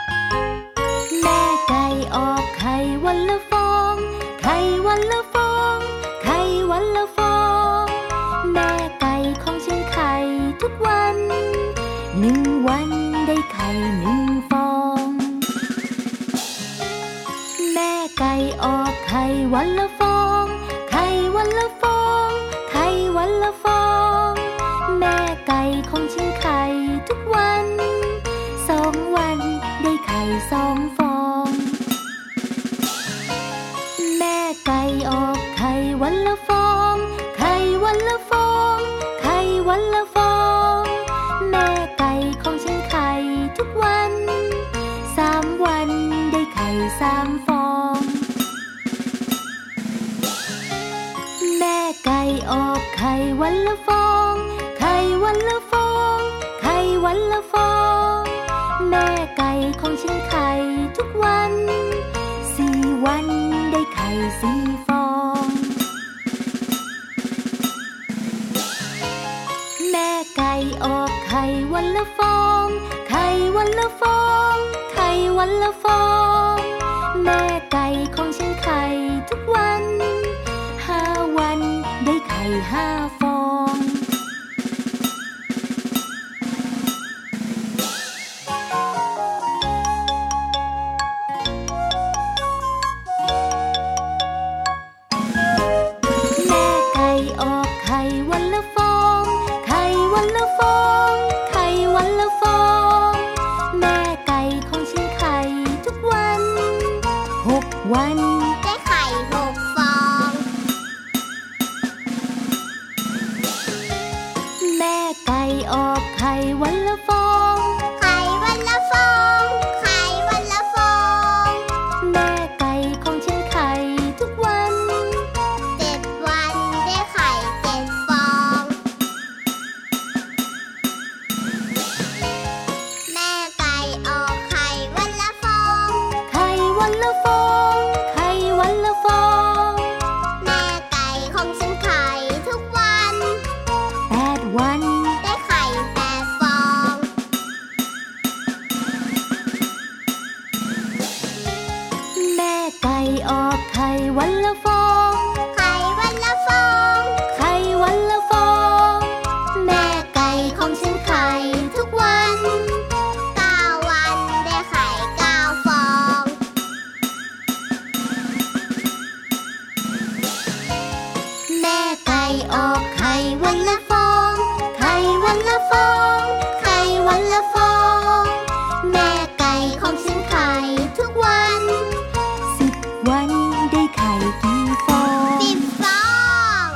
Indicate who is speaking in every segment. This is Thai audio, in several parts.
Speaker 1: แม่ไก่ออกไข่วันละฟอง ไข่วันละฟอง ไข่วันละฟอง แม่ไก่ของฉันไข่ทุกวัน หนึ่งวันได้ไข่หนึ่งฟอง แม่ไก่ออกไข่วันละฟอง ไข่วันละฟอง ไข่วันละฟอง แม่ไก่ของฉันไข่ทุกวัน สองวันได้ไข่สองฟอง แม่ไก่ออกไข่วันละฟอง ไข่วันละฟอง ไข่วันละฟอง แม่ไก่ของฉันไข่ทุกวัน สามวันได้ไข่สามฟอง แม่ไก่ออกไข่วันละฟอง ไข่วันละฟอง ไข่วันละฟอง แม่ไก่ของฉันไข่ทุกวัน สี่วันได้ไข่สี่ฟอง แม่ไก่ออกไข่วันละฟอง ไข่วันละฟอง ไข่วันละฟอง แม่ไก่ของฉันไข่ทุกวัน ห้าวันได้ไข่ห้าฟอง แม่ไก่ออกไข่วันละฟอง ไข่วันละฟอง ไข่วันละฟอง แม่ไก่ของฉันไข่ทุกวันหกวัน
Speaker 2: ได้ไข่หกฟอง
Speaker 1: แม่ไก่ออกไข่วันละฟอง
Speaker 2: ไข่วันละฟอง ไข่วันละฟอง
Speaker 1: แม่ไก่ของฉันไข่ทุกวัน
Speaker 2: เจ็ดวันได้ไข่เจ็ดฟอง แม่ไก่ออกไข่วันละฟอง
Speaker 1: ไข่วันละฟอง ไข่วันละฟอง
Speaker 2: แม่ไก่ของฉันไข่ทุกวัน
Speaker 1: แปดวัน
Speaker 2: ได้ไข่แปดฟอง
Speaker 1: แม่ไก่ออกไข่วันละฟอง
Speaker 2: ไข่วันละฟอง
Speaker 1: ไข่วันละฟอง แม่
Speaker 2: แม่ไก่ของฉันไข่ทุกวันเก้าวันได้ไข่เก้าฟอง แม่ไก่ออกไข่วันละฟอง ไข่วันละฟอง ไข่วันละฟอง แม่ไก่ของฉันไข่ทุกวัน
Speaker 1: สิบวันได้ไข่กี่ฟอง
Speaker 2: สิบฟอง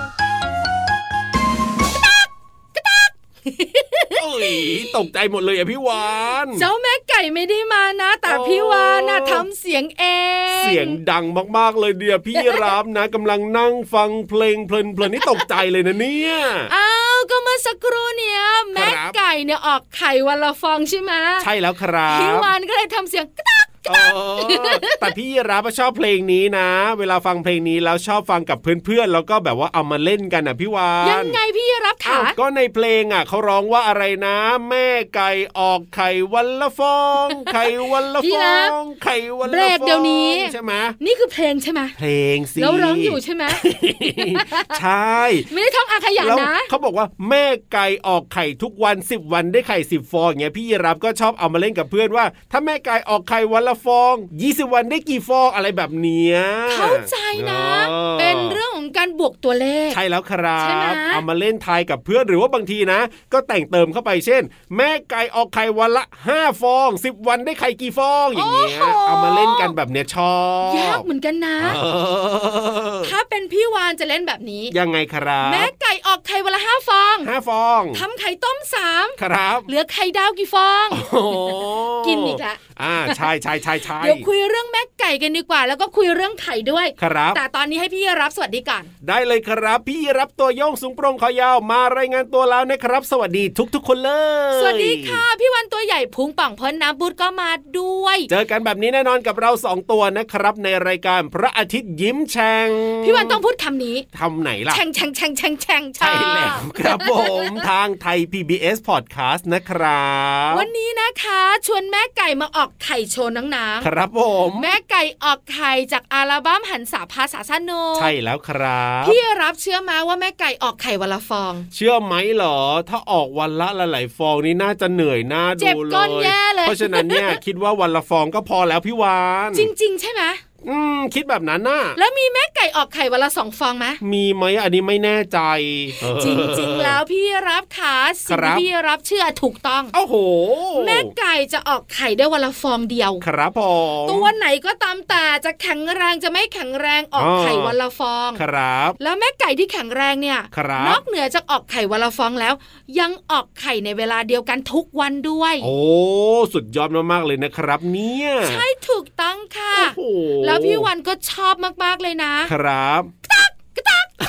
Speaker 3: โอ้ยตกใจหมดเลยอะพี่วาน
Speaker 4: เจ้าแม่ไก่ไม่ได้มานะ แต่
Speaker 3: โอ้
Speaker 4: พี่วานนะทำเสียงเอง
Speaker 3: เสียงดังมากๆเลยเดียวพี่รับนะกำลังนั่งฟังเพลงเพลินเพลินๆนี่ตกใจเลยนะเนี่ย
Speaker 4: อ้าวก็เมื่อสักครู่เนี่ยแม่
Speaker 3: ครับ
Speaker 4: ไก่เนี่ยออกไข่วันละฟองใช่ไหม
Speaker 3: ใช่แล้วครั
Speaker 4: พี่
Speaker 3: บ
Speaker 4: วานก็เลยทำเสียงกระตัก
Speaker 3: เออแต่พี่รับอะชอบเพลงนี้นะ เวลาฟังเพลงนี้แล้วชอบฟังกับเพื่อนๆแล้วก็แบบว่าเอามาเล่นกันอะพี่วาน
Speaker 4: ยังไงพี่รับ
Speaker 3: อ้า
Speaker 4: ขาว
Speaker 3: ก็ในเพลงอ่ะเขาร้องว่าอะไรนะ แม่ไก่ออกไข่วันละฟอง ไข่วันละฟองไข่วันละฟอง
Speaker 4: เบรกเดี๋ยวนี้
Speaker 3: ใช่ไหม
Speaker 4: นี่คือเพลงใช่ไหม
Speaker 3: เพลงสิ
Speaker 4: แล้วร้องอยู่ใช่ไหม
Speaker 3: ใช่
Speaker 4: ไม่ได้ท่องอาขยาน
Speaker 3: แล้ว
Speaker 4: นะ
Speaker 3: เขาบอกว่าแม่ไก่ออกไข่ทุกวันสิบวันได้ไข่สิบฟองอย่างเงี้ยพี่ยีรับก็ชอบเอามาเล่นกับเพื่อนว่า ถ้าแม่ไก่ออกไข่วันละฟองยี่สิบวันได้กี่ฟองอะไรแบบเนี้ย
Speaker 4: เข้าใจนะ
Speaker 3: ออ
Speaker 4: เป็นเรื่องของการบวกตัวเลข
Speaker 3: ใช่แล้วครั
Speaker 4: ใช่ไหม
Speaker 3: บ เอามาเล่นทายกับเพื่อนหรือว่าบางทีนะ ก็แต่งเติมเข้าไปเช่น แม่ไก่ออกไข่วันละ 5 ฟอง 10 วันได้ไข่กี่ฟองอย่างเงี้ยเอามาเล่นกันแบบเนี้ยชอบ
Speaker 4: ยากเหมือนกันนะ
Speaker 3: เออ
Speaker 4: ถ้าเป็นพี่วานจะเล่นแบบนี้
Speaker 3: ยังไงครับ
Speaker 4: แม่ไก่ออกไข่วันละห้าฟอง
Speaker 3: ห้าฟอง
Speaker 4: ทำไข่ต้มสาม
Speaker 3: ครับ
Speaker 4: เหลือไข่ดาวกี่ฟอง
Speaker 3: โอ้
Speaker 4: กินอีกละ
Speaker 3: อ่าใช่ใช่ ใช่ใช่
Speaker 4: เดี๋ยวคุยเรื่องแม่ไก่กันดีกว่า แล้วก็คุยเรื่องไข่ด้วย
Speaker 3: ครับ
Speaker 4: แต่ตอนนี้ให้พี่รับสวัสดีก่อน
Speaker 3: ได้เลยครับ พี่รับตัวโยงสูงโปรงขอยาวมารายงานตัวแล้วนะครับ สวัสดีทุกๆคนเลย
Speaker 4: สวัสดีค่ะ พี่วันตัวใหญ่พุงป่องพ้นน้ำบูดก็มาด้วย
Speaker 3: เจอกันแบบนี้แน่นอนกับเราสองตัวนะครับ ในรายการพระอาทิตย์ยิ้มแฉ่ง
Speaker 4: พี่วันต้องพูดคำนี้
Speaker 3: ทำไหนล่ะ
Speaker 4: แฉ่งแฉ่งแฉ่งแฉ่งแฉ่ง
Speaker 3: ใช่แล้วครับผม ทางไทย PBS Podcast นะครับ
Speaker 4: วันนี้นะคะ ชวนแม่ไก่มาออกไข่โชว์หนัง
Speaker 3: ครับผม
Speaker 4: ๆแม่ไก่ออกไข่จากอัลบั้มหันสาภาษาสั้นโน
Speaker 3: ใช่แล้วครับ
Speaker 4: พี่รับเชื่อมาว่าแม่ไก่ออกไข่วันละฟอง
Speaker 3: เชื่อไหมเหรอ ถ้าออกวันละหลายๆฟองนี่น่าจะเหนื่อยหน้า
Speaker 4: เจ็
Speaker 3: ดู
Speaker 4: บ
Speaker 3: เล
Speaker 4: ก้นแย่เลย
Speaker 3: เพราะฉะนั้นเนี่ย คิดว่าวันละฟองก็พอแล้วพี่วาน
Speaker 4: จริง ๆ ใช่ไหม
Speaker 3: อืมคิดแบบนั้นน่ะ
Speaker 4: แล้วมีแม่ไก่ออกไข่วันละสองฟองไหม
Speaker 3: มีไหมอันนี้ไม่แน่ใจเออ
Speaker 4: จริง ๆ แล้วพี่รับขาสิ่ง
Speaker 3: ครับ
Speaker 4: ที่พี่รับเชื่อถูกต้อง
Speaker 3: โอ้โห
Speaker 4: แม่ไก่จะออกไข่ได้วันละฟองเดียว
Speaker 3: ครับผม
Speaker 4: ตัวไหนก็ตามแต่จะแข็งแรงจะไม่แข็งแรงออก
Speaker 3: อ๋อ
Speaker 4: ไข่วันละฟอง
Speaker 3: ครับ
Speaker 4: แล้วแม่ไก่ที่แข็งแรงเนี่ย
Speaker 3: ครับ
Speaker 4: นอกเหนือจากออกไข่วันละฟองแล้ว ยังออกไข่ในเวลาเดียวกันทุกวันด้วย
Speaker 3: โอ้สุดยอดมากๆเลยนะครับ เนี่ย
Speaker 4: ใช่ถูกต้องค่ะ
Speaker 3: โอ้โห
Speaker 4: แล้วพี่วันก็ชอบมากๆเลยนะครับ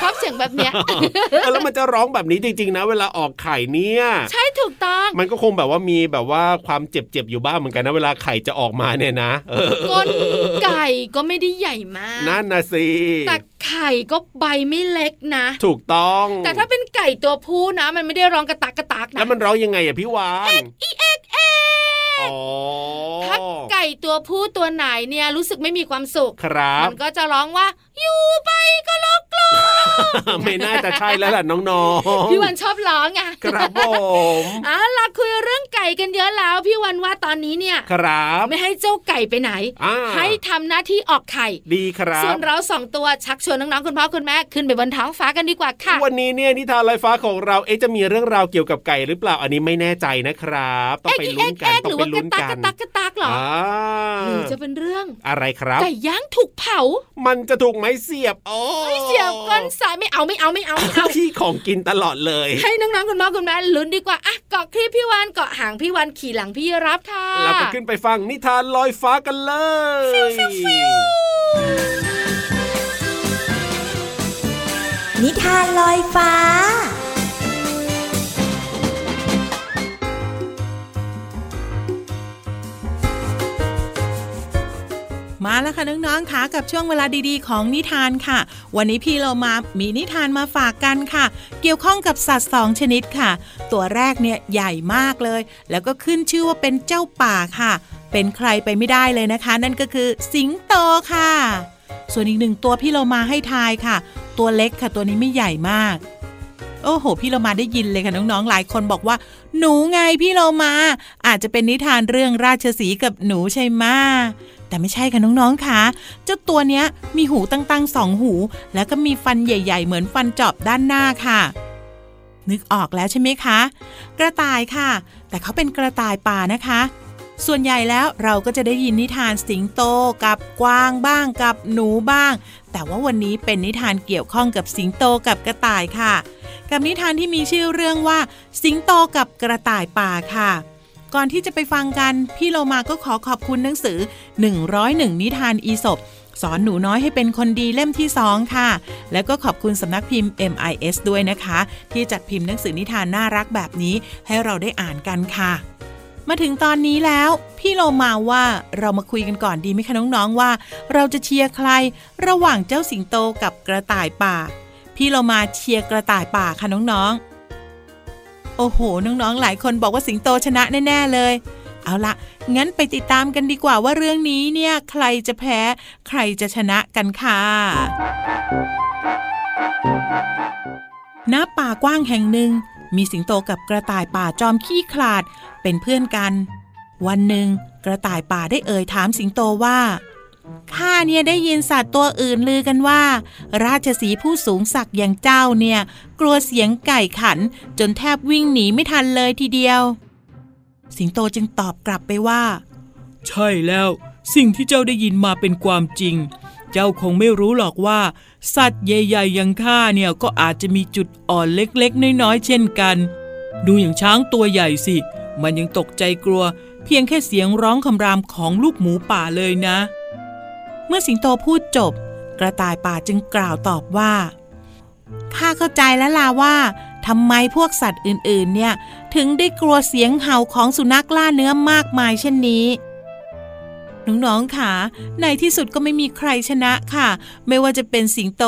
Speaker 4: ชอบเสียงแบบเนี้ย
Speaker 3: เออแล้วมันจะร้องแบบนี้จริง ๆ นะ เวลาออกไข่เนี่ย
Speaker 4: ใช่ถูกต้อง
Speaker 3: มันก็คงแบบว่ามีแบบว่าความเจ็บๆอยู่บ้างเหมือนกันนะเวลาไข่จะออกมาเนี่ยนะ เออ
Speaker 4: ก้นไก่ก็ไม่ได้ใหญ่มาก
Speaker 3: นั่นนะสิ
Speaker 4: แต่ไข่ก็ใบไม่เล็กนะ
Speaker 3: ถูกต้อง
Speaker 4: แต่ถ้าเป็นไก่ตัวผู้นะ มันไม่ได้ร้องกระตักกระตักนะ
Speaker 3: แล้วมันร้องยังไงอะพี่วานอ๋อ
Speaker 4: ถ้าไก่ตัวผู้ตัวไหนเนี่ยรู้สึกไม่มีความสุข
Speaker 3: ครับ
Speaker 4: มันก็จะร้องว่า อยู่ไปก็ลกลก
Speaker 3: ไม่น่าจะใช่แล้วล่ะน้องๆ
Speaker 4: พี่วันชอบร้องไง
Speaker 3: ครับผม
Speaker 4: เอาล่ะคุยเรื่องไก่กันเยอะแล้ว พี่วันว่าตอนนี้เนี่ย
Speaker 3: ครับ
Speaker 4: ไม่ให้เจ้าไก่ไปไหน
Speaker 3: อ่า
Speaker 4: ให้ทำหน้าที่ออกไข่
Speaker 3: ดีครั
Speaker 4: ส่ว
Speaker 3: บ
Speaker 4: นเราสองตัวชักชวนน้องๆคุณพ่อคุณแม่ขึ้นไปบนท้องฟ้ากันดีกว่าค่ะ
Speaker 3: วันนี้เนี่ยนิทานลอยฟ้าของเราเอ๊ะจะมีเรื่องราวเกี่ยวกับไก่หรือเปล่าอันนี้ไม่แน่ใจนะครับ ต้องไปลุ้นกัน
Speaker 4: เอ็ก
Speaker 3: ต้
Speaker 4: ห
Speaker 3: องไป
Speaker 4: รือว่าก
Speaker 3: ลุ้
Speaker 4: ระ
Speaker 3: น
Speaker 4: ตัก
Speaker 3: กั
Speaker 4: ก
Speaker 3: น
Speaker 4: ระตักกระตักเหรอ
Speaker 3: อ่า
Speaker 4: หรือจะเป็นเรื่อง
Speaker 3: อะไรครับ
Speaker 4: ไก่ย่างถูกเผา
Speaker 3: มันจะถูกไหมเสียบโอ้
Speaker 4: ไม่เสียบก้นสายไม่เอาไม่เอาไม่เอาไม่เอา
Speaker 3: ที่ของกินตลอดเลย
Speaker 4: ให้น้องๆคุณพ่อคุณแม่ลุ้นดีกว่า อ่ะเกาะคลิปพี่วานเกาะหางพี่วานขี่หลังพี่รับค่ะ
Speaker 3: เราไปขึ้นไปฟังนิทานลอยฟ้ากันเลย
Speaker 1: นิทานลอยฟ้า
Speaker 5: มาแล้วค่ะน้องๆค่ะกับช่วงเวลาดีๆ ของนิทานค่ะ วันนี้พี่เรามามีนิทานมาฝากกันค่ะ เกี่ยวข้องกับสัตว์สองชนิดค่ะ ตัวแรกเนี่ยใหญ่มากเลย แล้วก็ขึ้นชื่อว่าเป็นเจ้าป่าค่ะ เป็นใครไปไม่ได้เลยนะคะ นั่นก็คือสิงโตค่ะ ส่วนอีกหนึ่งตัวพี่เรามาให้ทายค่ะ ตัวเล็กค่ะ ตัวนี้ไม่ใหญ่มาก โอ้โห พี่เรามาได้ยินเลยค่ะน้องๆ หลายคนบอกว่า หนูไงพี่เรามา อาจจะเป็นนิทานเรื่องราชสีห์กับหนูใช่ไหมะ แต่ไม่ใช่ค่ะน้องๆ ค่ะเจ้าตัวเนี้ยมีหูตั้งๆสองหู แล้วก็มีฟันใหญ่ ๆ เหมือนฟันจอบด้านหน้าค่ะ นึกออกแล้วใช่ไหมคะ กระต่ายค่ะ แต่เขาเป็นกระต่ายป่านะคะ ส่วนใหญ่แล้วเราก็จะได้ยินนิทานสิงโตกับกวางบ้างกับหนูบ้าง แต่ว่าวันนี้เป็นนิทานเกี่ยวข้องกับสิงโตกับกระต่ายค่ะ กับนิทานที่มีชื่อเรื่องว่า สิงโตกับกระต่ายป่าค่ะ ก่อนที่จะไปฟังกัน พี่โลมาก็ขอขอบคุณหนังสือ 101 นิทานอีสบสอนหนูน้อยให้เป็นคนดีเล่มที่ 2 ค่ะ แล้วก็ขอบคุณสำนักพิมพ์ MIS ด้วยนะคะ ที่จัดพิมพ์หนังสือนิทานน่ารักแบบนี้ให้เราได้อ่านกันค่ะ มาถึงตอนนี้แล้ว พี่โลมาว่าเรามาคุยกันก่อนดีไหมคะน้องๆว่า เราจะเชียร์ใคร ระหว่างเจ้าสิงโตกับกระต่ายป่า พี่โลมาเชียร์กระต่ายป่าค่ะน้องๆ โอ้โห น้อง ๆ หลายคนบอกว่าสิงโตชนะแน่ ๆ เลย เอาละงั้นไปติดตามกันดีกว่าว่าเรื่องนี้เนี่ย ใครจะแพ้ ใครจะชนะกันค่ะ ณ ป่ากว้างแห่งหนึ่ง มีสิงโตกับกระต่ายป่าจอมขี้ขลาด เป็นเพื่อนกัน วันหนึ่ง กระต่ายป่าได้เอ่ยถามสิงโตว่า ข้าเนี่ยได้ยินสัตว์ตัวอื่นลือกันว่า ราชสีห์ผู้สูงศักดิ์อย่างเจ้าเนี่ย กลัวเสียงไก่ขัน จนแทบวิ่งหนีไม่ทันเลยทีเดียว สิงโตจึงตอบกลับไปว่า
Speaker 6: ใช่แล้ว สิ่งที่เจ้าได้ยินมาเป็นความจริง เจ้าคงไม่รู้หรอกว่า สัตว์ใหญ่ๆอย่างข้าเนี่ยก็อาจจะมีจุดอ่อนเล็กๆ น้อยๆ เช่นกัน ดูอย่างช้างตัวใหญ่สิ มันยังตกใจกลัว
Speaker 7: เพียงแค่เสียงร้องคำรามของลูกหมูป่าเลยนะ เมื่อสิงโตพูดจบ กระต่ายป่าจึงกล่าวตอบว่า
Speaker 5: ข้าเข้าใจแล้วล่ะว่าทำไมพวกสัตว์อื่นๆ เนี่ย ถึงได้กลัวเสียงเห่าของสุนัขล่าเนื้อมากมายเช่นนี้ น้องๆค่ะ ในที่สุดก็ไม่มีใครชนะค่ะ ไม่ว่าจะเป็นสิงโต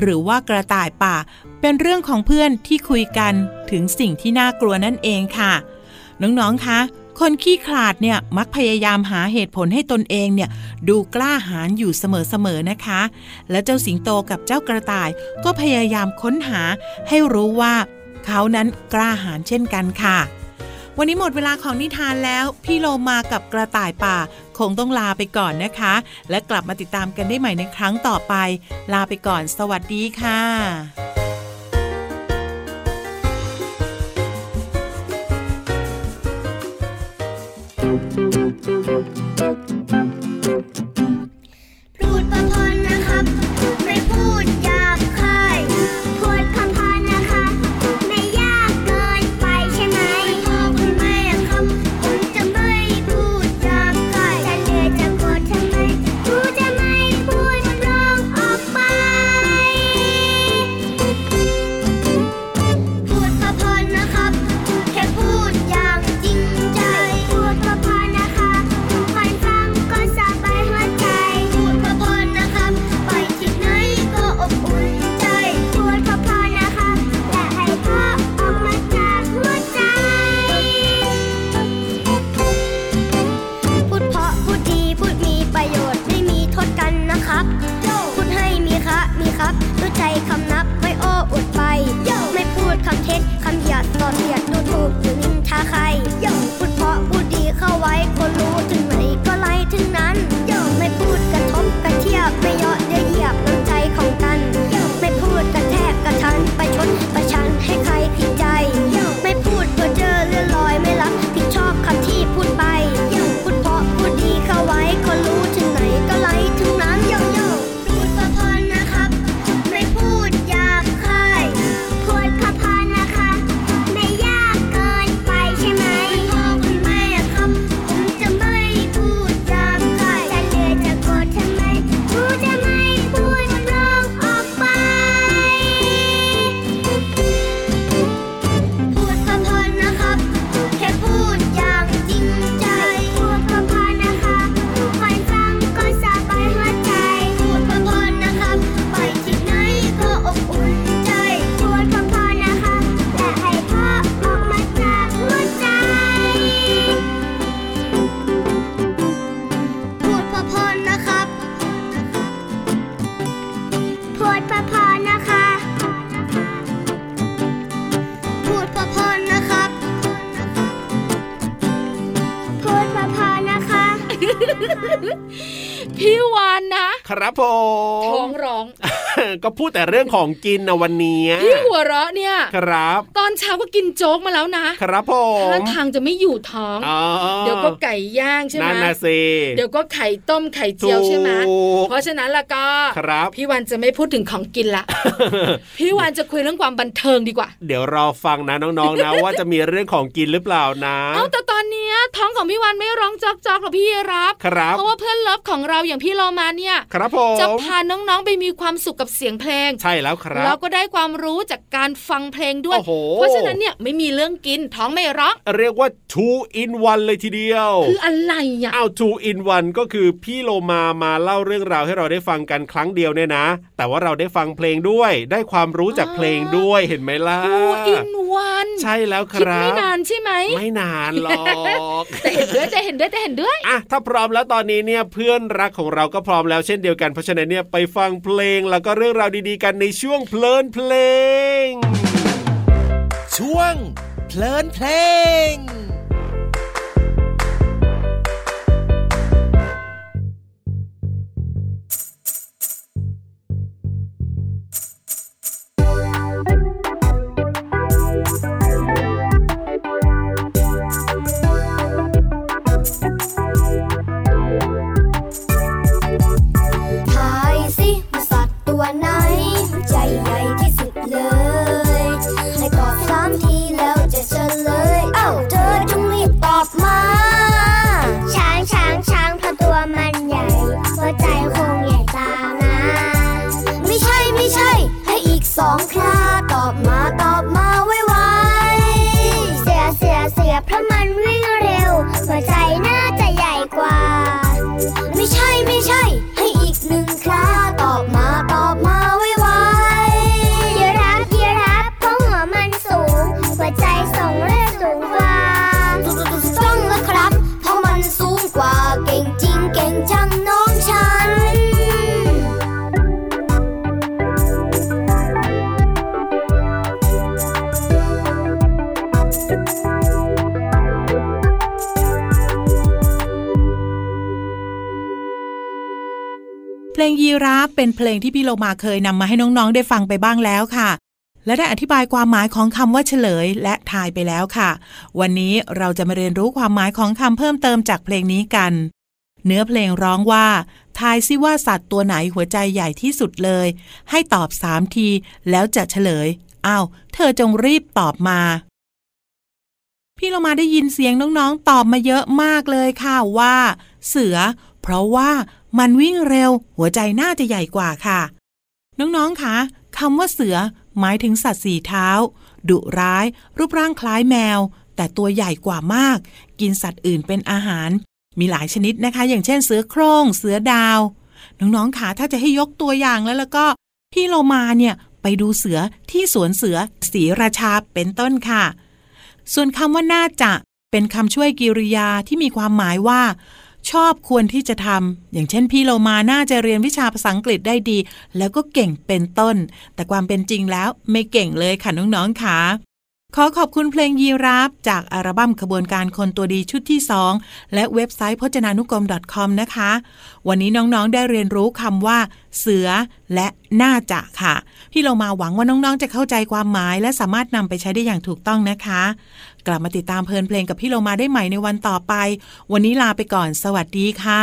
Speaker 5: หรือว่ากระต่ายป่า เป็นเรื่องของเพื่อนที่คุยกันถึงสิ่งที่น่ากลัวนั่นเองค่ะ น้องๆคะ คนขี้ขลาดเนี่ยมักพยายามหาเหตุผลให้ตนเองเนี่ยดูกล้าหาญอยู่เสมอๆนะคะ และเจ้าสิงโตกับเจ้ากระต่ายก็พยายามค้นหาให้รู้ว่า เขานั้นกล้าหาญเช่นกันค่ะ วันนี้หมดเวลาของนิทานแล้ว พี่โลมากับกระต่ายป่า คงต้องลาไปก่อนนะคะ และกลับมาติดตามกันได้ใหม่ในครั้งต่อไป ลาไปก่อน สวัสดีค่ะ
Speaker 1: พูดประทนนะครับ ไม่พูดหยาบคาย พูดคำพานนะคะ ไม่ยากเกินไปใช่ไหมพ่อคุณแม่ครับ ผมจะไม่พูดหยาบคายจะเหนื่อยจะโกรธทำไมกูจะไม่พูดร้องออกไป พูดพอๆนะครับ แค่พูดอย่างจริงใจ พูดพอๆนะคะคนฟังก็สบายหัวใจ พูดพอๆนะครับ ไปที่ไหนก็อบอุ่นใจ พูดพอๆนะคะ และให้เพราะออกมาจากหัวใจ พูดเพราะพูดดีพูดมีประโยชน์ไม่มีโทษกันนะครับ พูดให้มีคะมีครับรู้ใจคำนับไม่โอ้อวดไป ไม่พูดคำเท็จคำเหยียดต่อเหยียดดูถูกหรือนินทาใคร พูดเพราะพูดดีเข้าไว้คนรู้ถึงไหนก็ไล่ถึงนั้น ไม่พูดกระทบกระเทียบไม่เยาะเย้ยเหยียบน้ำใจของกัน ไม่พูดกระแทกกระทันประชดประชันให้ใครผิดใจ ไม่พูดเพ้อเจ้อเลื่อนลอยไม่รับผิดชอบคำที่พูดไป พูดเพราะพูดดีเข้าไว้ก็รู้ถึงไหนก็ไล่ถึงนั้นโยโย่พูดพอๆนะครับ ไม่พูดหยาบคาย พูดพอๆนะคะ ไม่ยากเกินไปใช่ไหมพ่อคุณแม่ครับผมจะไม่พูดหยาบคายจะเหนื่อยจะโกรธทำไมกูจะไม่พูดร้องออกไป พูดพอๆนะครับ แค่พูดอย่างจริงใจ พูดพอๆนะคะคนฟังก็สบายหัวใจ พูดพอๆนะครับ ไปที่ไหนก็อบอุ่นใจ พูดพอๆนะคะ และให้เพราะออกมาจากหัวใจ พูดพอๆนะครับ พูดพอๆนะคะ พูดพอๆนะครับ พูดพอๆนะคะ
Speaker 4: พี่วานนะครับ
Speaker 3: ผ
Speaker 4: ท้อ
Speaker 3: ม
Speaker 4: งร้อง
Speaker 3: ก็พูดแต่เรื่องของกินนะวันเนี้ย
Speaker 4: พี่หัวเราะเนี่ย
Speaker 3: ครับ
Speaker 4: ตอนเช้าก็กินโจ๊กมาแล้วนะครับ
Speaker 3: ผ
Speaker 4: ท่าม ทางจะไม่อยู่ท้อง
Speaker 3: อ๋อ
Speaker 4: เดี๋ยวก็ไก่ย่างใช่ไหม
Speaker 3: นั่นนะสิ
Speaker 4: เดี๋ยวก็ไข่ต้มไข่เจียวใช่ไหม
Speaker 3: ถูก
Speaker 4: เพราะฉะนั้นละก็
Speaker 3: ครับ
Speaker 4: พี่วานจะไม่พูดถึงของกิ นละ พี่วานจะคุยเรื่องความบันเทิงดีกว่า
Speaker 3: เดี๋ยวรอฟังนะน้อง ๆนะ ว่าจะมีเรื่องของกินหรือเปล่านะ
Speaker 4: เอาแต่ตอนเนี้ยท้องของพี่วันไม่ร้องจอกจอกหรอกพี่รับ
Speaker 3: ครับ
Speaker 4: เพราะว่าเพื่อนเลิฟของเราอย่างพี่เรามาเนี่ย
Speaker 3: ครับผ
Speaker 4: จะ
Speaker 3: ม
Speaker 4: พาน้องๆไปมีความสุขกับเสียงเพลง
Speaker 3: ใช่แล้วครับ
Speaker 4: แล้วก็ได้ความรู้จากการฟังเพลงด้วย
Speaker 3: โอ้โห
Speaker 4: เพราะฉะนั้นเนี่ยไม่มีเรื่องกินท้องไม่ร้อง
Speaker 3: เรียกว่า two in one เลยทีเดียว
Speaker 4: คืออะไรอ่ะ
Speaker 3: เอา two in one ก็คือพี่โลมามาเล่าเรื่องราวให้เราได้ฟังกันครั้งเดียวเนี่ยนะ แต่ว่าเราได้ฟังเพลงด้วย ได้ความรู้จากเพลงด้วยเห็นไหมล่ะ
Speaker 4: ทูอินวัน
Speaker 3: ใช่แล้วค
Speaker 4: คิด
Speaker 3: รับ
Speaker 4: ไม่นานใช่ไหม
Speaker 3: ไม่นานหรอก
Speaker 4: แต่เห็นด้วยแต่เห็นด้วยแต่เห็นด้วย
Speaker 3: อ่ะถ้าพร้อมแล้วตอนนี้เนี่ยเพื่อนรักของเราก็พร้อมแล้วเช่นเดียวกันเพราะฉะนั้นเนี่ยไปฟังเพลงแล้วก็เรื่องราวดีๆกันในช่วงเพลินเพลง
Speaker 8: ช่วง เพลินเพลง
Speaker 1: ทายสิว่าสัตว์ตัวไหน ใจใหญ่ที่สุดเลย ให้ตอบสามทีแล้วจะเฉลย เอ้าเจอ
Speaker 5: รับเป็นเพลงที่พี่โลมาเคยนำมาให้น้องๆได้ฟังไปบ้างแล้วค่ะ และได้อธิบายความหมายของคำว่าเฉลยและทายไปแล้วค่ะ วันนี้เราจะมาเรียนรู้ความหมายของคำเพิ่มเติมจากเพลงนี้กัน เนื้อเพลงร้องว่า ทายซิว่าสัตว์ตัวไหนหัวใจใหญ่ที่สุดเลย ให้ตอบสามที แล้วจะเฉลยอ้าวเธอจงรีบตอบมา พี่เรามาได้ยินเสียงน้องๆ ตอบมาเยอะมากเลยค่ะว่า เสือ เพราะว่ามันวิ่งเร็ว หัวใจน่าจะใหญ่กว่าค่ะ น้องๆคะคำว่าเสือ หมายถึงสัตว์สี่เท้า ดุร้าย รูปร่างคล้ายแมว แต่ตัวใหญ่กว่ามาก กินสัตว์อื่นเป็นอาหาร มีหลายชนิดนะคะ อย่างเช่นเสือโครง่งเสือดาว น้องๆคะถ้าจะให้ยกตัวอย่างแล้วแล้วก็ พี่เรามาเนี่ยไปดูเสือที่สวนเสือศรีราชาเป็นต้นค่ะ ส่วนคำว่าน่าจะเป็นคำช่วยกิริยาที่มีความหมายว่า ชอบควรที่จะทำอย่างเช่นพี่โลมาน่าจะเรียนวิชาภาษาอังกฤษได้ดี แล้วก็เก่งเป็นต้น แต่ความเป็นจริงแล้วไม่เก่งเลยค่ะน้องๆค่ะ ขอขอบคุณเพลงยีราฟจากอัลบั้มขบวนการคนตัวดีชุดที่ 2 และเว็บไซต์พจนานุกรม .com นะคะ วันนี้น้องๆได้เรียนรู้คำว่า เสือ และน่าจะค่ะ พี่เรามาหวังว่าน้องๆ จะเข้าใจความหมาย และสามารถนำไปใช้ได้อย่างถูกต้องนะคะ กลับมาติดตามเพลินเพลงกับพี่เรามาได้ใหม่ในวันต่อไป วันนี้ลาไปก่อน สวัสดีค่ะ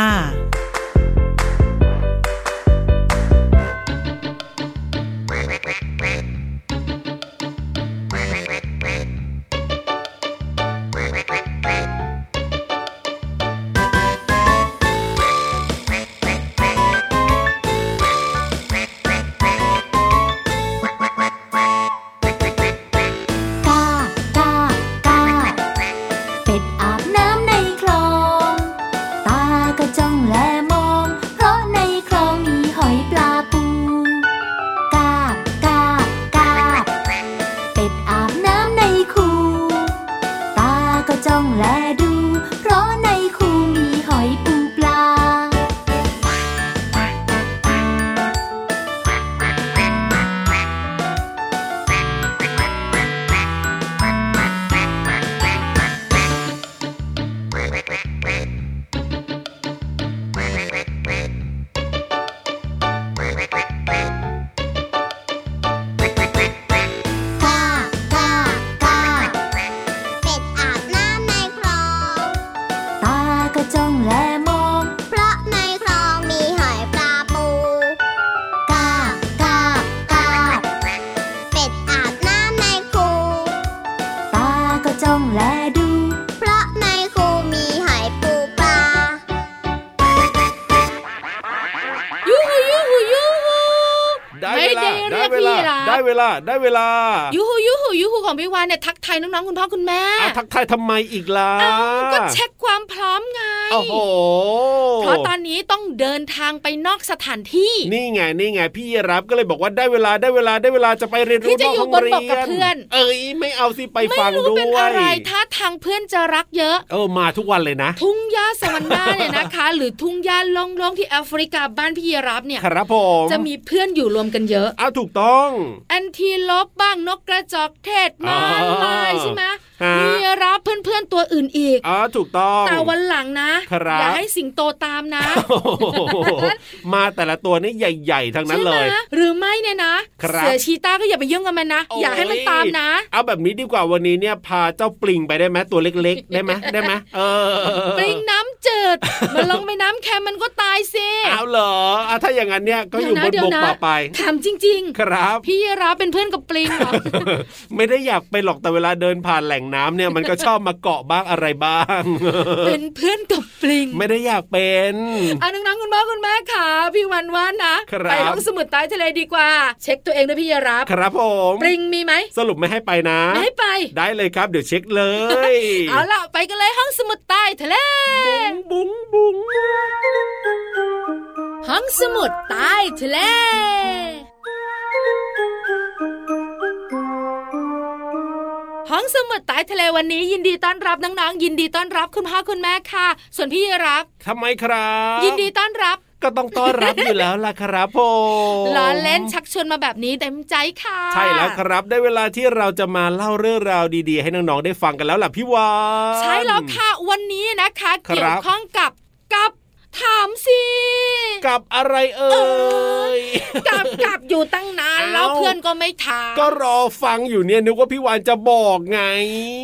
Speaker 2: กากากาเป็ดอาบน้ำในคลอง ตาก็จ้องและมอง เพราะในคลองมีหอยปลาปูกากากาเป็ดอาบน้ำในคูตาก็จ้องและดู เพราะในคูมีหอยปูปลา กากากาเป็ดอาบน้ำในคลอง ตาก็จ้องและมอง เพราะในคลองมีหอยปลาปูกากากาเป็ดอาบน้ำในคูตาก็จ้องและดู เพราะในคูมีหอยปูปลา
Speaker 4: ยูหูยูหูยูหู
Speaker 3: ได้
Speaker 4: ไม่
Speaker 3: เวลา
Speaker 4: ได้
Speaker 3: ได้เวย ลากได้เว
Speaker 4: เรีพี่รับ
Speaker 3: ลาได้เวลา
Speaker 4: ยูหูยูหูยูหูของพี่วานเนี่ยทักทายน้องๆคุณพ่อคุณแม่
Speaker 3: อ่ะทักทายทำไมอีกล่ะ
Speaker 4: เอ้าก็เช็คความพร้อมไง
Speaker 3: โอ้โห
Speaker 4: เพราะตอนนี้ต้องเดินทางไปนอกสถานที่
Speaker 3: นี่ไงนี่ไงพี่รับก็เลยบอกว่าได้เวลาได้เวลาได้เวลาจะไปเรียนรู้
Speaker 4: พี่จะ
Speaker 3: นอก
Speaker 4: อยู่
Speaker 3: ห้อง
Speaker 4: บน
Speaker 3: เรี
Speaker 4: บกกับ
Speaker 3: ยน
Speaker 4: เพื่อน
Speaker 3: เอ้ยไม่เอาสิไป
Speaker 4: ไม่
Speaker 3: ฟัง
Speaker 4: รู้
Speaker 3: ด้วย
Speaker 4: เป็นอะไรถ้าทางเพื่อนจะรักเยอะ
Speaker 3: เออมาทุกวันเลยนะ
Speaker 4: ทุ่งหญ้าสวันนาเนี่ยนะคะ หรือทุ่งหญ้าโล่งๆที่แอฟริกาบ้านพี่ยีรับเนี่ย
Speaker 3: ครับผม
Speaker 4: จะมีเพื่อนอยู่รวมกันเยอะ
Speaker 3: อ้าวถูกต้อง
Speaker 4: แอนทีลบบ้างนกกระจอกเทศมากมายใช่ไหม
Speaker 3: ฮะ
Speaker 4: มีรับเพื่อนๆตัวอื่นอีก
Speaker 3: อ๋อถูกต้อง
Speaker 4: แต่วันหลังนะครับ อย่าให้สิงโตตามนะ
Speaker 3: โอ้โหมาแต่ละตัวนี่ใหญ่ ๆ ทั้งนั้น
Speaker 4: ใช่ไห
Speaker 3: เล
Speaker 4: ม
Speaker 3: ย
Speaker 4: หรือไม่เนี่ยนะครับ เสือชีตาก็อย่าไปยุ่งกับมันนะ อย่าให้มันตามนะ
Speaker 3: โอ้ยเอาแบบนี้ดีกว่าวันนี้เนี่ยพาเจ้าปลิงไปได้ไหมตัวเล็ก ๆ ได้ไหมได้ไหมเออ
Speaker 4: ปริงน้ำจื ด มันลงไปน้ำแค็มมันก็ตายสิ
Speaker 3: เอาเหรออ่ะถ้าอย่างนั้นเนี่ยก็อยู่บน
Speaker 4: เดี๋
Speaker 3: บ
Speaker 4: ว
Speaker 3: ก
Speaker 4: นะ
Speaker 3: ต่อไป
Speaker 4: ถามจริง
Speaker 3: ครับ
Speaker 4: ๆ พี่รับเป็นเพื่อนกับปลิง เหรอ
Speaker 3: ไม่ได้อยากไปหรอกแต่เวลาเดินผ่านแหล่งน้ำเนี่ยมันก็ชอบมาเกาะบ้างอะไรบ้าง
Speaker 4: เป็นเพื่อนกับปลิง
Speaker 3: ไม่ได้อยากเป็น
Speaker 4: อ่ะน้องๆคุณพ่อคุณแม่ค่ะ พี่วันว่านนะครับ ไปห้องสมุดใต้ทะเลดีกว่า เช็คตัวเองด้วยพี่รับ
Speaker 3: ครับผม
Speaker 4: ปลิงมีไหม
Speaker 3: สรุปไม่ให้ไปนะ
Speaker 4: ไม่ให้ไป
Speaker 3: ได้เลยครับ เดี๋ยวเช็คเลย
Speaker 4: เอาล่ะไปกันเลยห้องสมุดใต้ทะเล
Speaker 3: บุ้งบุ้ง
Speaker 4: ห้องสมุดใต้ทะเล ห้องสมุดใต้ทะเลวันนี้ ยินดีต้อนรับน้องๆยินดีต้อนรับคุณพ่อคุณแม่ค่ะ ส่วนพี่รับ
Speaker 3: ทำไมครับ
Speaker 4: ยินดีต้อนรับ
Speaker 3: ก็ต้องต้อนรับอยู่แล้วล่ะครับผม
Speaker 4: ล้อเล่นชักชวนมาแบบนี้เต็มใจค่ะ
Speaker 3: ใช่แล้วครับ ได้เวลาที่เราจะมาเล่าเรื่องราวดีๆ ให้น้องๆได้ฟังกันแล้วล่ะพี่วาน
Speaker 4: ใช่แล้วค่ะวันนี้นะคะ
Speaker 3: ครับ
Speaker 4: เกี่ยวข้องกับกับ ถามสิ
Speaker 3: กับอะไรเอ่ย
Speaker 4: กลับกลับอยู่ตั้งนานแล้ว
Speaker 3: เอ้า
Speaker 4: เพื่อนก็ไม่ถาม
Speaker 3: ก็รอฟังอยู่เนี่ยนึกว่าพี่วานจะบอกไง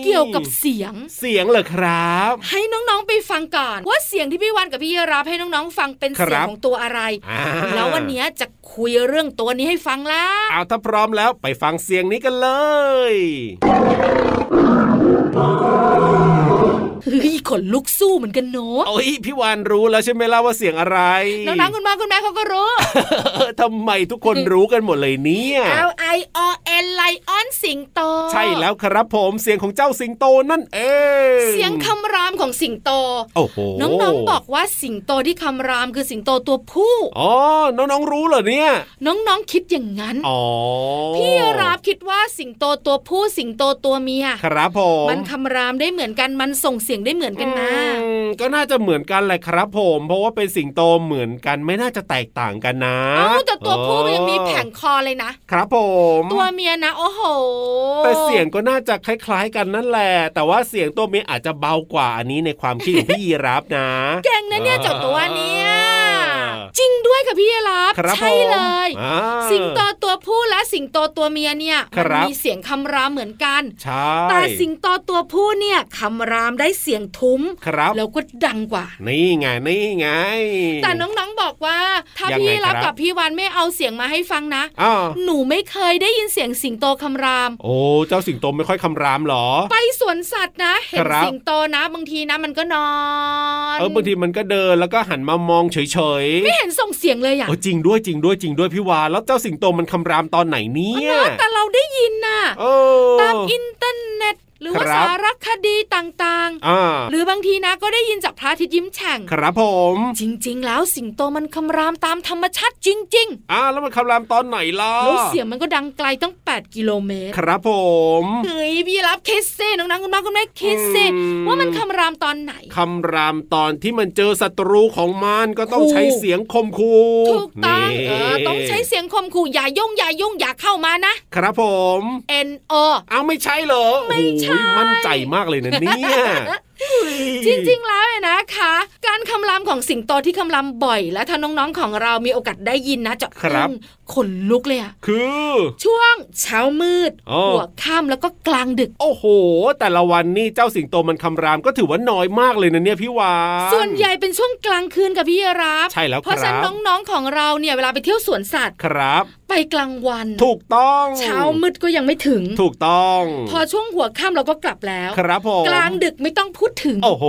Speaker 4: เกี่ยวกับเสียง
Speaker 3: เสียงเหรอครับ
Speaker 4: ให้น้องๆไปฟังก่อนว่าเสียงที่พี่วันกับพี่ยีรับให้น้องๆฟังเป็น
Speaker 3: ครับ
Speaker 4: เสียงของตัวอะไร
Speaker 3: อ่า
Speaker 4: แล้ววันเนี้ยจะคุยเรื่องตัวนี้ให้ฟังแล้ว
Speaker 3: เอาถ้าพร้อมแล้วไปฟังเสียงนี้กันเลย
Speaker 4: เฮ้ยขนลุกสู้เหมือนกันเนาะ
Speaker 3: โอ้ยพี่วานรู้แล้วใช่ไหมล่ะว่าเสียงอะไร
Speaker 4: น้องๆคุณพ่อคุณแม่เขาก็รู้
Speaker 3: เออ ทำไมทุกคนรู้กันหมดเลยเนี่ย
Speaker 4: L I O N ไลออนสิงโต
Speaker 3: ใช่แล้วครับผมเสียงของเจ้าสิงโตนั่นเอง
Speaker 4: เสียงคำรามของสิงโต
Speaker 3: โอ้โห
Speaker 4: น้องๆบอกว่าสิงโตที่คำรามคือสิงโตตัวผู้
Speaker 3: อ๋อน้องๆรู้เหรอเนี่ย
Speaker 4: น้องๆคิดอย่างนั้น
Speaker 3: อ๋อ
Speaker 4: พี่รับคิดว่าสิงโตตัวผู้สิงโตตัวเมีย
Speaker 3: ครับผม
Speaker 4: มันคำรามได้เหมือนกันมันส่งเสียงได้เหมือนกันนะ
Speaker 3: อืมก็น่าจะเหมือนกันแหละครับผม เพราะว่าเป็นสิงโตเหมือนกันไม่น่าจะแตกต่างกันนะ
Speaker 4: เอ้าแต่ตัวผู้มันยังมีแผงคอเลยนะ
Speaker 3: ครับผม
Speaker 4: ตัวเมียนะโอ้โห
Speaker 3: แต่เสียงก็น่าจะคล้าย ๆ กันนั่นแหละ แต่ว่าเสียงตัวเมียอาจจะเบากว่าอันนี้ในความคิดของพี่ยีรับนะ
Speaker 4: เก่งนะเนี่ยเจ้าตัวเนี้ย
Speaker 3: อ่า
Speaker 4: จริงด้วยค่ะพี่ยีรับ
Speaker 3: ครับ
Speaker 4: ใช่
Speaker 3: ผม
Speaker 4: เลย
Speaker 3: อ่า
Speaker 4: สิงโตตัวผู้และสิงโตตัวเมียเนี่ย
Speaker 3: ค
Speaker 4: มั
Speaker 3: รับ
Speaker 4: มีเสียงคำรามเหมือนกัน
Speaker 3: ใช่
Speaker 4: แต่สิงโตตัวผู้เนี่ยคำรามได้เสียงทุ้ม
Speaker 3: ครับ
Speaker 4: แล้วก็ดังกว่า
Speaker 3: นี่ไงนี่ไง
Speaker 4: แต่น้องๆบอกว่า ถ้า
Speaker 3: ยังไง
Speaker 4: พี่รับ
Speaker 3: ครับ
Speaker 4: กับพี่วันไม่เอาเสียงมาให้ฟังนะ
Speaker 3: อ้าว
Speaker 4: หนูไม่เคยได้ยินเสียงสิงโตคำราม
Speaker 3: โอ้เจ้าสิงโตไม่ค่อยคำรามเหรอ
Speaker 4: ไปสวนสัตว์นะ เห็น
Speaker 3: ครับ
Speaker 4: สิงโตนะ บางทีนะมันก็นอน
Speaker 3: เออบางทีมันก็เดินแล้วก็หันมามองเฉย
Speaker 4: ไม่เห็นส่งเสียงเลย
Speaker 3: ๆ
Speaker 4: อ่ะ
Speaker 3: โอ้จริงด้วยจริงด้วยจริงด้วยพี่วานแล้วเจ้าสิงโตมันคำรามตอนไหนเนี่ย
Speaker 4: เออแต่เราได้ยินน่ะ
Speaker 3: โอ้
Speaker 4: ตามอินเทอร์เน็ต หรือว่า
Speaker 3: ครับ
Speaker 4: สารคดีต่าง
Speaker 3: อ่า
Speaker 4: ๆ หรือบางทีนะก็ได้ยินจากพระอาทิตย์ยิ้มแฉ่ง
Speaker 3: ครับผม
Speaker 4: จริง ๆ แล้วสิงโตมันคำรามตามธรรมชาติจริง
Speaker 3: อ้าวแล้วมันคำรามตอนไหนล่ะ
Speaker 4: ๆแล้วเสียงมันก็ดังไกลตั้ง 8 กิโลเมตร
Speaker 3: ครับผม
Speaker 4: เฮ้ยพี่รับคิดสิน้องๆคุณพ่อคุณแม่คิดสิ
Speaker 3: อืม
Speaker 4: ว่ามันคำรามตอนไหน
Speaker 3: คำรามตอนที่มันเจอศัตรูของมันก็ต้อง
Speaker 4: ขู่
Speaker 3: ใช้เสียงคมคู
Speaker 4: ถูกต้อง
Speaker 3: นี่
Speaker 4: เออต้องใช้เสียงคมขู่อย่ายุ่งอย่ายุ่งอย่าเข้ามานะ
Speaker 3: ครับผม
Speaker 4: N O
Speaker 3: เอาไม่ใช่เหรอ
Speaker 4: ไม่ใช่
Speaker 3: โอ้โหมั่นใจมากเลยนะเนี่ย
Speaker 4: จริงๆ แล้วเนี่ยนะคะ การคำรามของสิงโตที่คำรามบ่อย และถ้าน้องๆของเรามีโอกาสได้ยินนะจะอึ้งขนลุกเลยอะ
Speaker 3: ๆคือ
Speaker 4: ช่วงเช้ามืด
Speaker 3: อ๋อ
Speaker 4: หัวค่ำแล้วก็กลางดึก
Speaker 3: โอ้โห แต่ละวันนี่เจ้าสิงโตมันคำรามก็ถือว่าน้อยมากเลยนะเนี่ยพี่วาน
Speaker 4: ส่วนใหญ่เป็นช่วงกลางคืนกับพี่รับ
Speaker 3: ใช่แล้ว
Speaker 4: เพ
Speaker 3: ค
Speaker 4: ราะ
Speaker 3: รับ
Speaker 4: ฉะนั้นน้องๆของเราเนี่ยเวลาไปเที่ยวสวนสัตว์
Speaker 3: ครับ
Speaker 4: ไปกลางวัน
Speaker 3: ถูกต้อง
Speaker 4: เช้ามืดก็ยังไม่ถึง
Speaker 3: ถูกต้อง
Speaker 4: พอช่วงหัวค่ำเราก็กลับแล้ว
Speaker 3: ครับผม
Speaker 4: กลางดึกไม่ต้องพูดถึง
Speaker 3: โอ้โห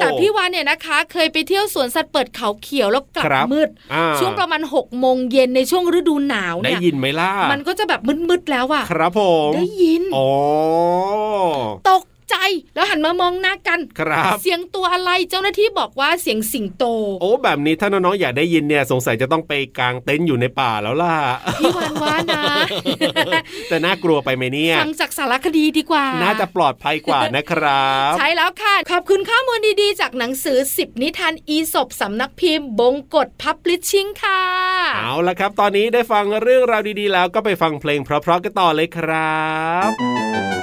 Speaker 4: แต่พี่วานเนี่ยนะคะ เคยไปเที่ยวสวนสัตว์เปิดเขาเขียวแล้วกลับ
Speaker 3: ครับ
Speaker 4: มืด
Speaker 3: อ่า
Speaker 4: ช่วงประมาณ6กโมงเย็นในช่วงฤดูหนาว
Speaker 3: ได้
Speaker 4: เนี่ย
Speaker 3: ยินไหมล่ะ
Speaker 4: มันก็จะแบบมืดๆแล้วอะ
Speaker 3: ครับผม
Speaker 4: ได้ยิน
Speaker 3: อ๋อ
Speaker 4: ตกใจแล้วหันมามองหน้ากัน
Speaker 3: ครับ
Speaker 4: เสียงตัวอะไรเจ้าหน้าที่บอกว่าเสียงสิงโต
Speaker 3: โอ้แบบนี้ถ้าน้องๆอยากได้ยินเนี่ยสงสัยจะต้องไปกางเต็นท์อยู่ในป่าแล้ว ล่ะ
Speaker 4: พี่วานว่านะ
Speaker 3: แต่น่ากลัวไปไหมเนี่ย
Speaker 4: ฟังจากสารคดีดีกว่า
Speaker 3: น่าจะปลอดภัยกว่านะครับ
Speaker 4: ใช่แล้วค่ะ ขอบคุณข้อมูลดีๆ จากหนังสือ 10 นิทานอีสบสำนักพิมพ์ บงกฎพับลิชชิงค่ะ
Speaker 3: เอาละครับ ตอนนี้ได้ฟังเรื่องราวดีๆ แล้วก็ไปฟังเพลงเพราะๆกันต่อเลยครับ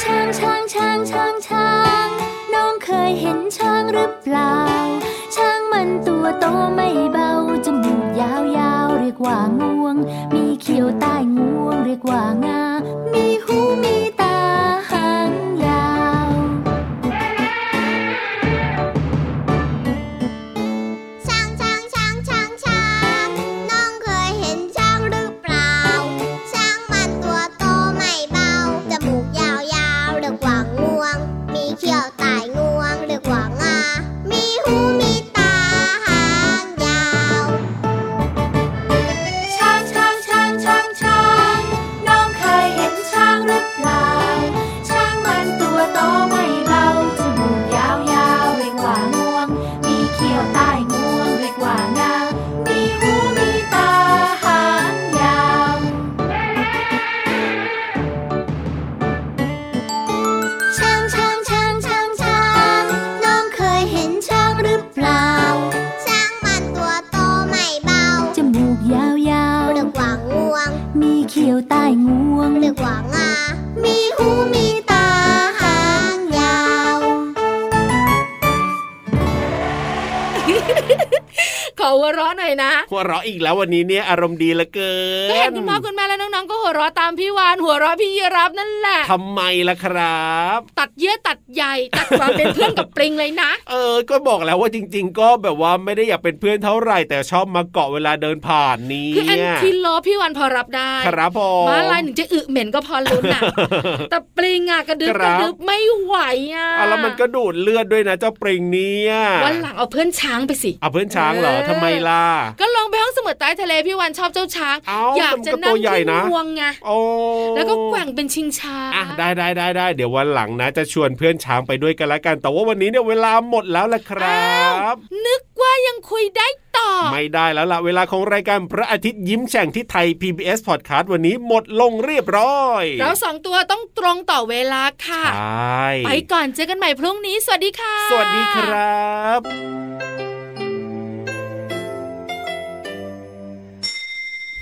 Speaker 2: ช้างช้างช้างช้างช้าง น้องเคยเห็นช้างหรือเปล่า ช้างมันตัวโตไม่เบา จมูกยาวยาวๆเรียกว่างวง มีเขียวใต้งวงเรียกว่างา มีหูมีตาหางยาว ช้างช้างช้างช้างช้าง น้องเคยเห็นช้างหรือเปล่า ช้างมันตัวโตไม่เบา จมูกยาวยาวๆเรียกว่างวง มีเขี้ยวใต้งวงเรียกว่างา มีหูมีตาหางยาว
Speaker 1: ที่ยวใต้งวง
Speaker 2: นึกว่างา มีหูมีตาหางยาว
Speaker 4: ขอหัวเราะหน่อยนะ
Speaker 3: หัวเราะอีกแล้ววันนี้เนี่ยอารมณ์ดีเหลือเกิน
Speaker 4: ก็เห็นคุณพ่อคุณแม่และน้องๆก็หัวเราะตามพี่วานหัวเราะพี่ยีรับนั่นแหละ
Speaker 3: ทำไมล่ะครับ
Speaker 4: ตัดเยื่อตัดใยตัดความเป็นเพื่อนกับป ริงเลยนะ
Speaker 3: เออ ก็บอกแล้วว่าจริง ๆ ก็แบบว่าไม่ได้อยากเป็นเพื่อนเท่าไหร่ แต่ชอบมาเกาะเวลาเดินผ่านนี่
Speaker 4: คือแอนคิโลอพี่วันพอรับได้
Speaker 3: ครับผม
Speaker 4: มาลายถึงจะอึเหม็นก็พอลุ้น อ่ะ แต่ปริงอ่ะกระดึบ
Speaker 3: ค
Speaker 4: ก
Speaker 3: รั
Speaker 4: ระ
Speaker 3: บ
Speaker 4: ดึบไม่ไหวอ่ะ
Speaker 3: อ่ะแล้วมันก็ดูดเลือดด้วยนะเจ้าปริงเนี่ย
Speaker 4: วันหลังเอาเพื่อนช้างไปสิ
Speaker 3: อ่ะเพื่อนช้างเหรอ
Speaker 4: เออ
Speaker 3: ทำไมล่ะ
Speaker 4: ก็ลองไปห้องสมุดใต้ทะเลพี่วันชอบเจ้าช้าง
Speaker 3: เอ้า
Speaker 4: อยากจะ
Speaker 3: แต่มันก็
Speaker 4: นั่
Speaker 3: ตัว
Speaker 4: ง
Speaker 3: ใหญ่
Speaker 4: ที่
Speaker 3: นะ
Speaker 4: งวงไง
Speaker 3: โอ้
Speaker 4: แล้วก็แกว่งเป็นชิงช้า
Speaker 3: อ่ะได้ได้ได้ได้เดี๋ยววันหลังนะ จะชวนเพื่อนช้างไปด้วยกันละกัน แต่ว่าวันนี้เนี่ยเวลาหมดแล้วละครั
Speaker 4: อ้าว
Speaker 3: บ
Speaker 4: นึกว่ายังคุยได้ต่อ
Speaker 3: ไม่ได้แล้วล่ะ เวลาของรายการพระอาทิตย์ยิ้มแฉ่งที่ไทย PBS Podcast วันนี้หมดลงเรียบร้อย
Speaker 4: เราสองตัวต้องตรงต่อเวลาค่ะ
Speaker 3: ใช่
Speaker 4: ไปก่อนเจอกันใหม่พรุ่งนี้ สวัสดีค่ะ
Speaker 3: สวัสดีครับ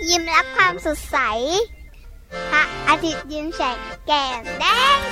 Speaker 2: ยิ้มรับความสดใส พระอาทิตย์ยิ้มแฉกแก้มแดงแด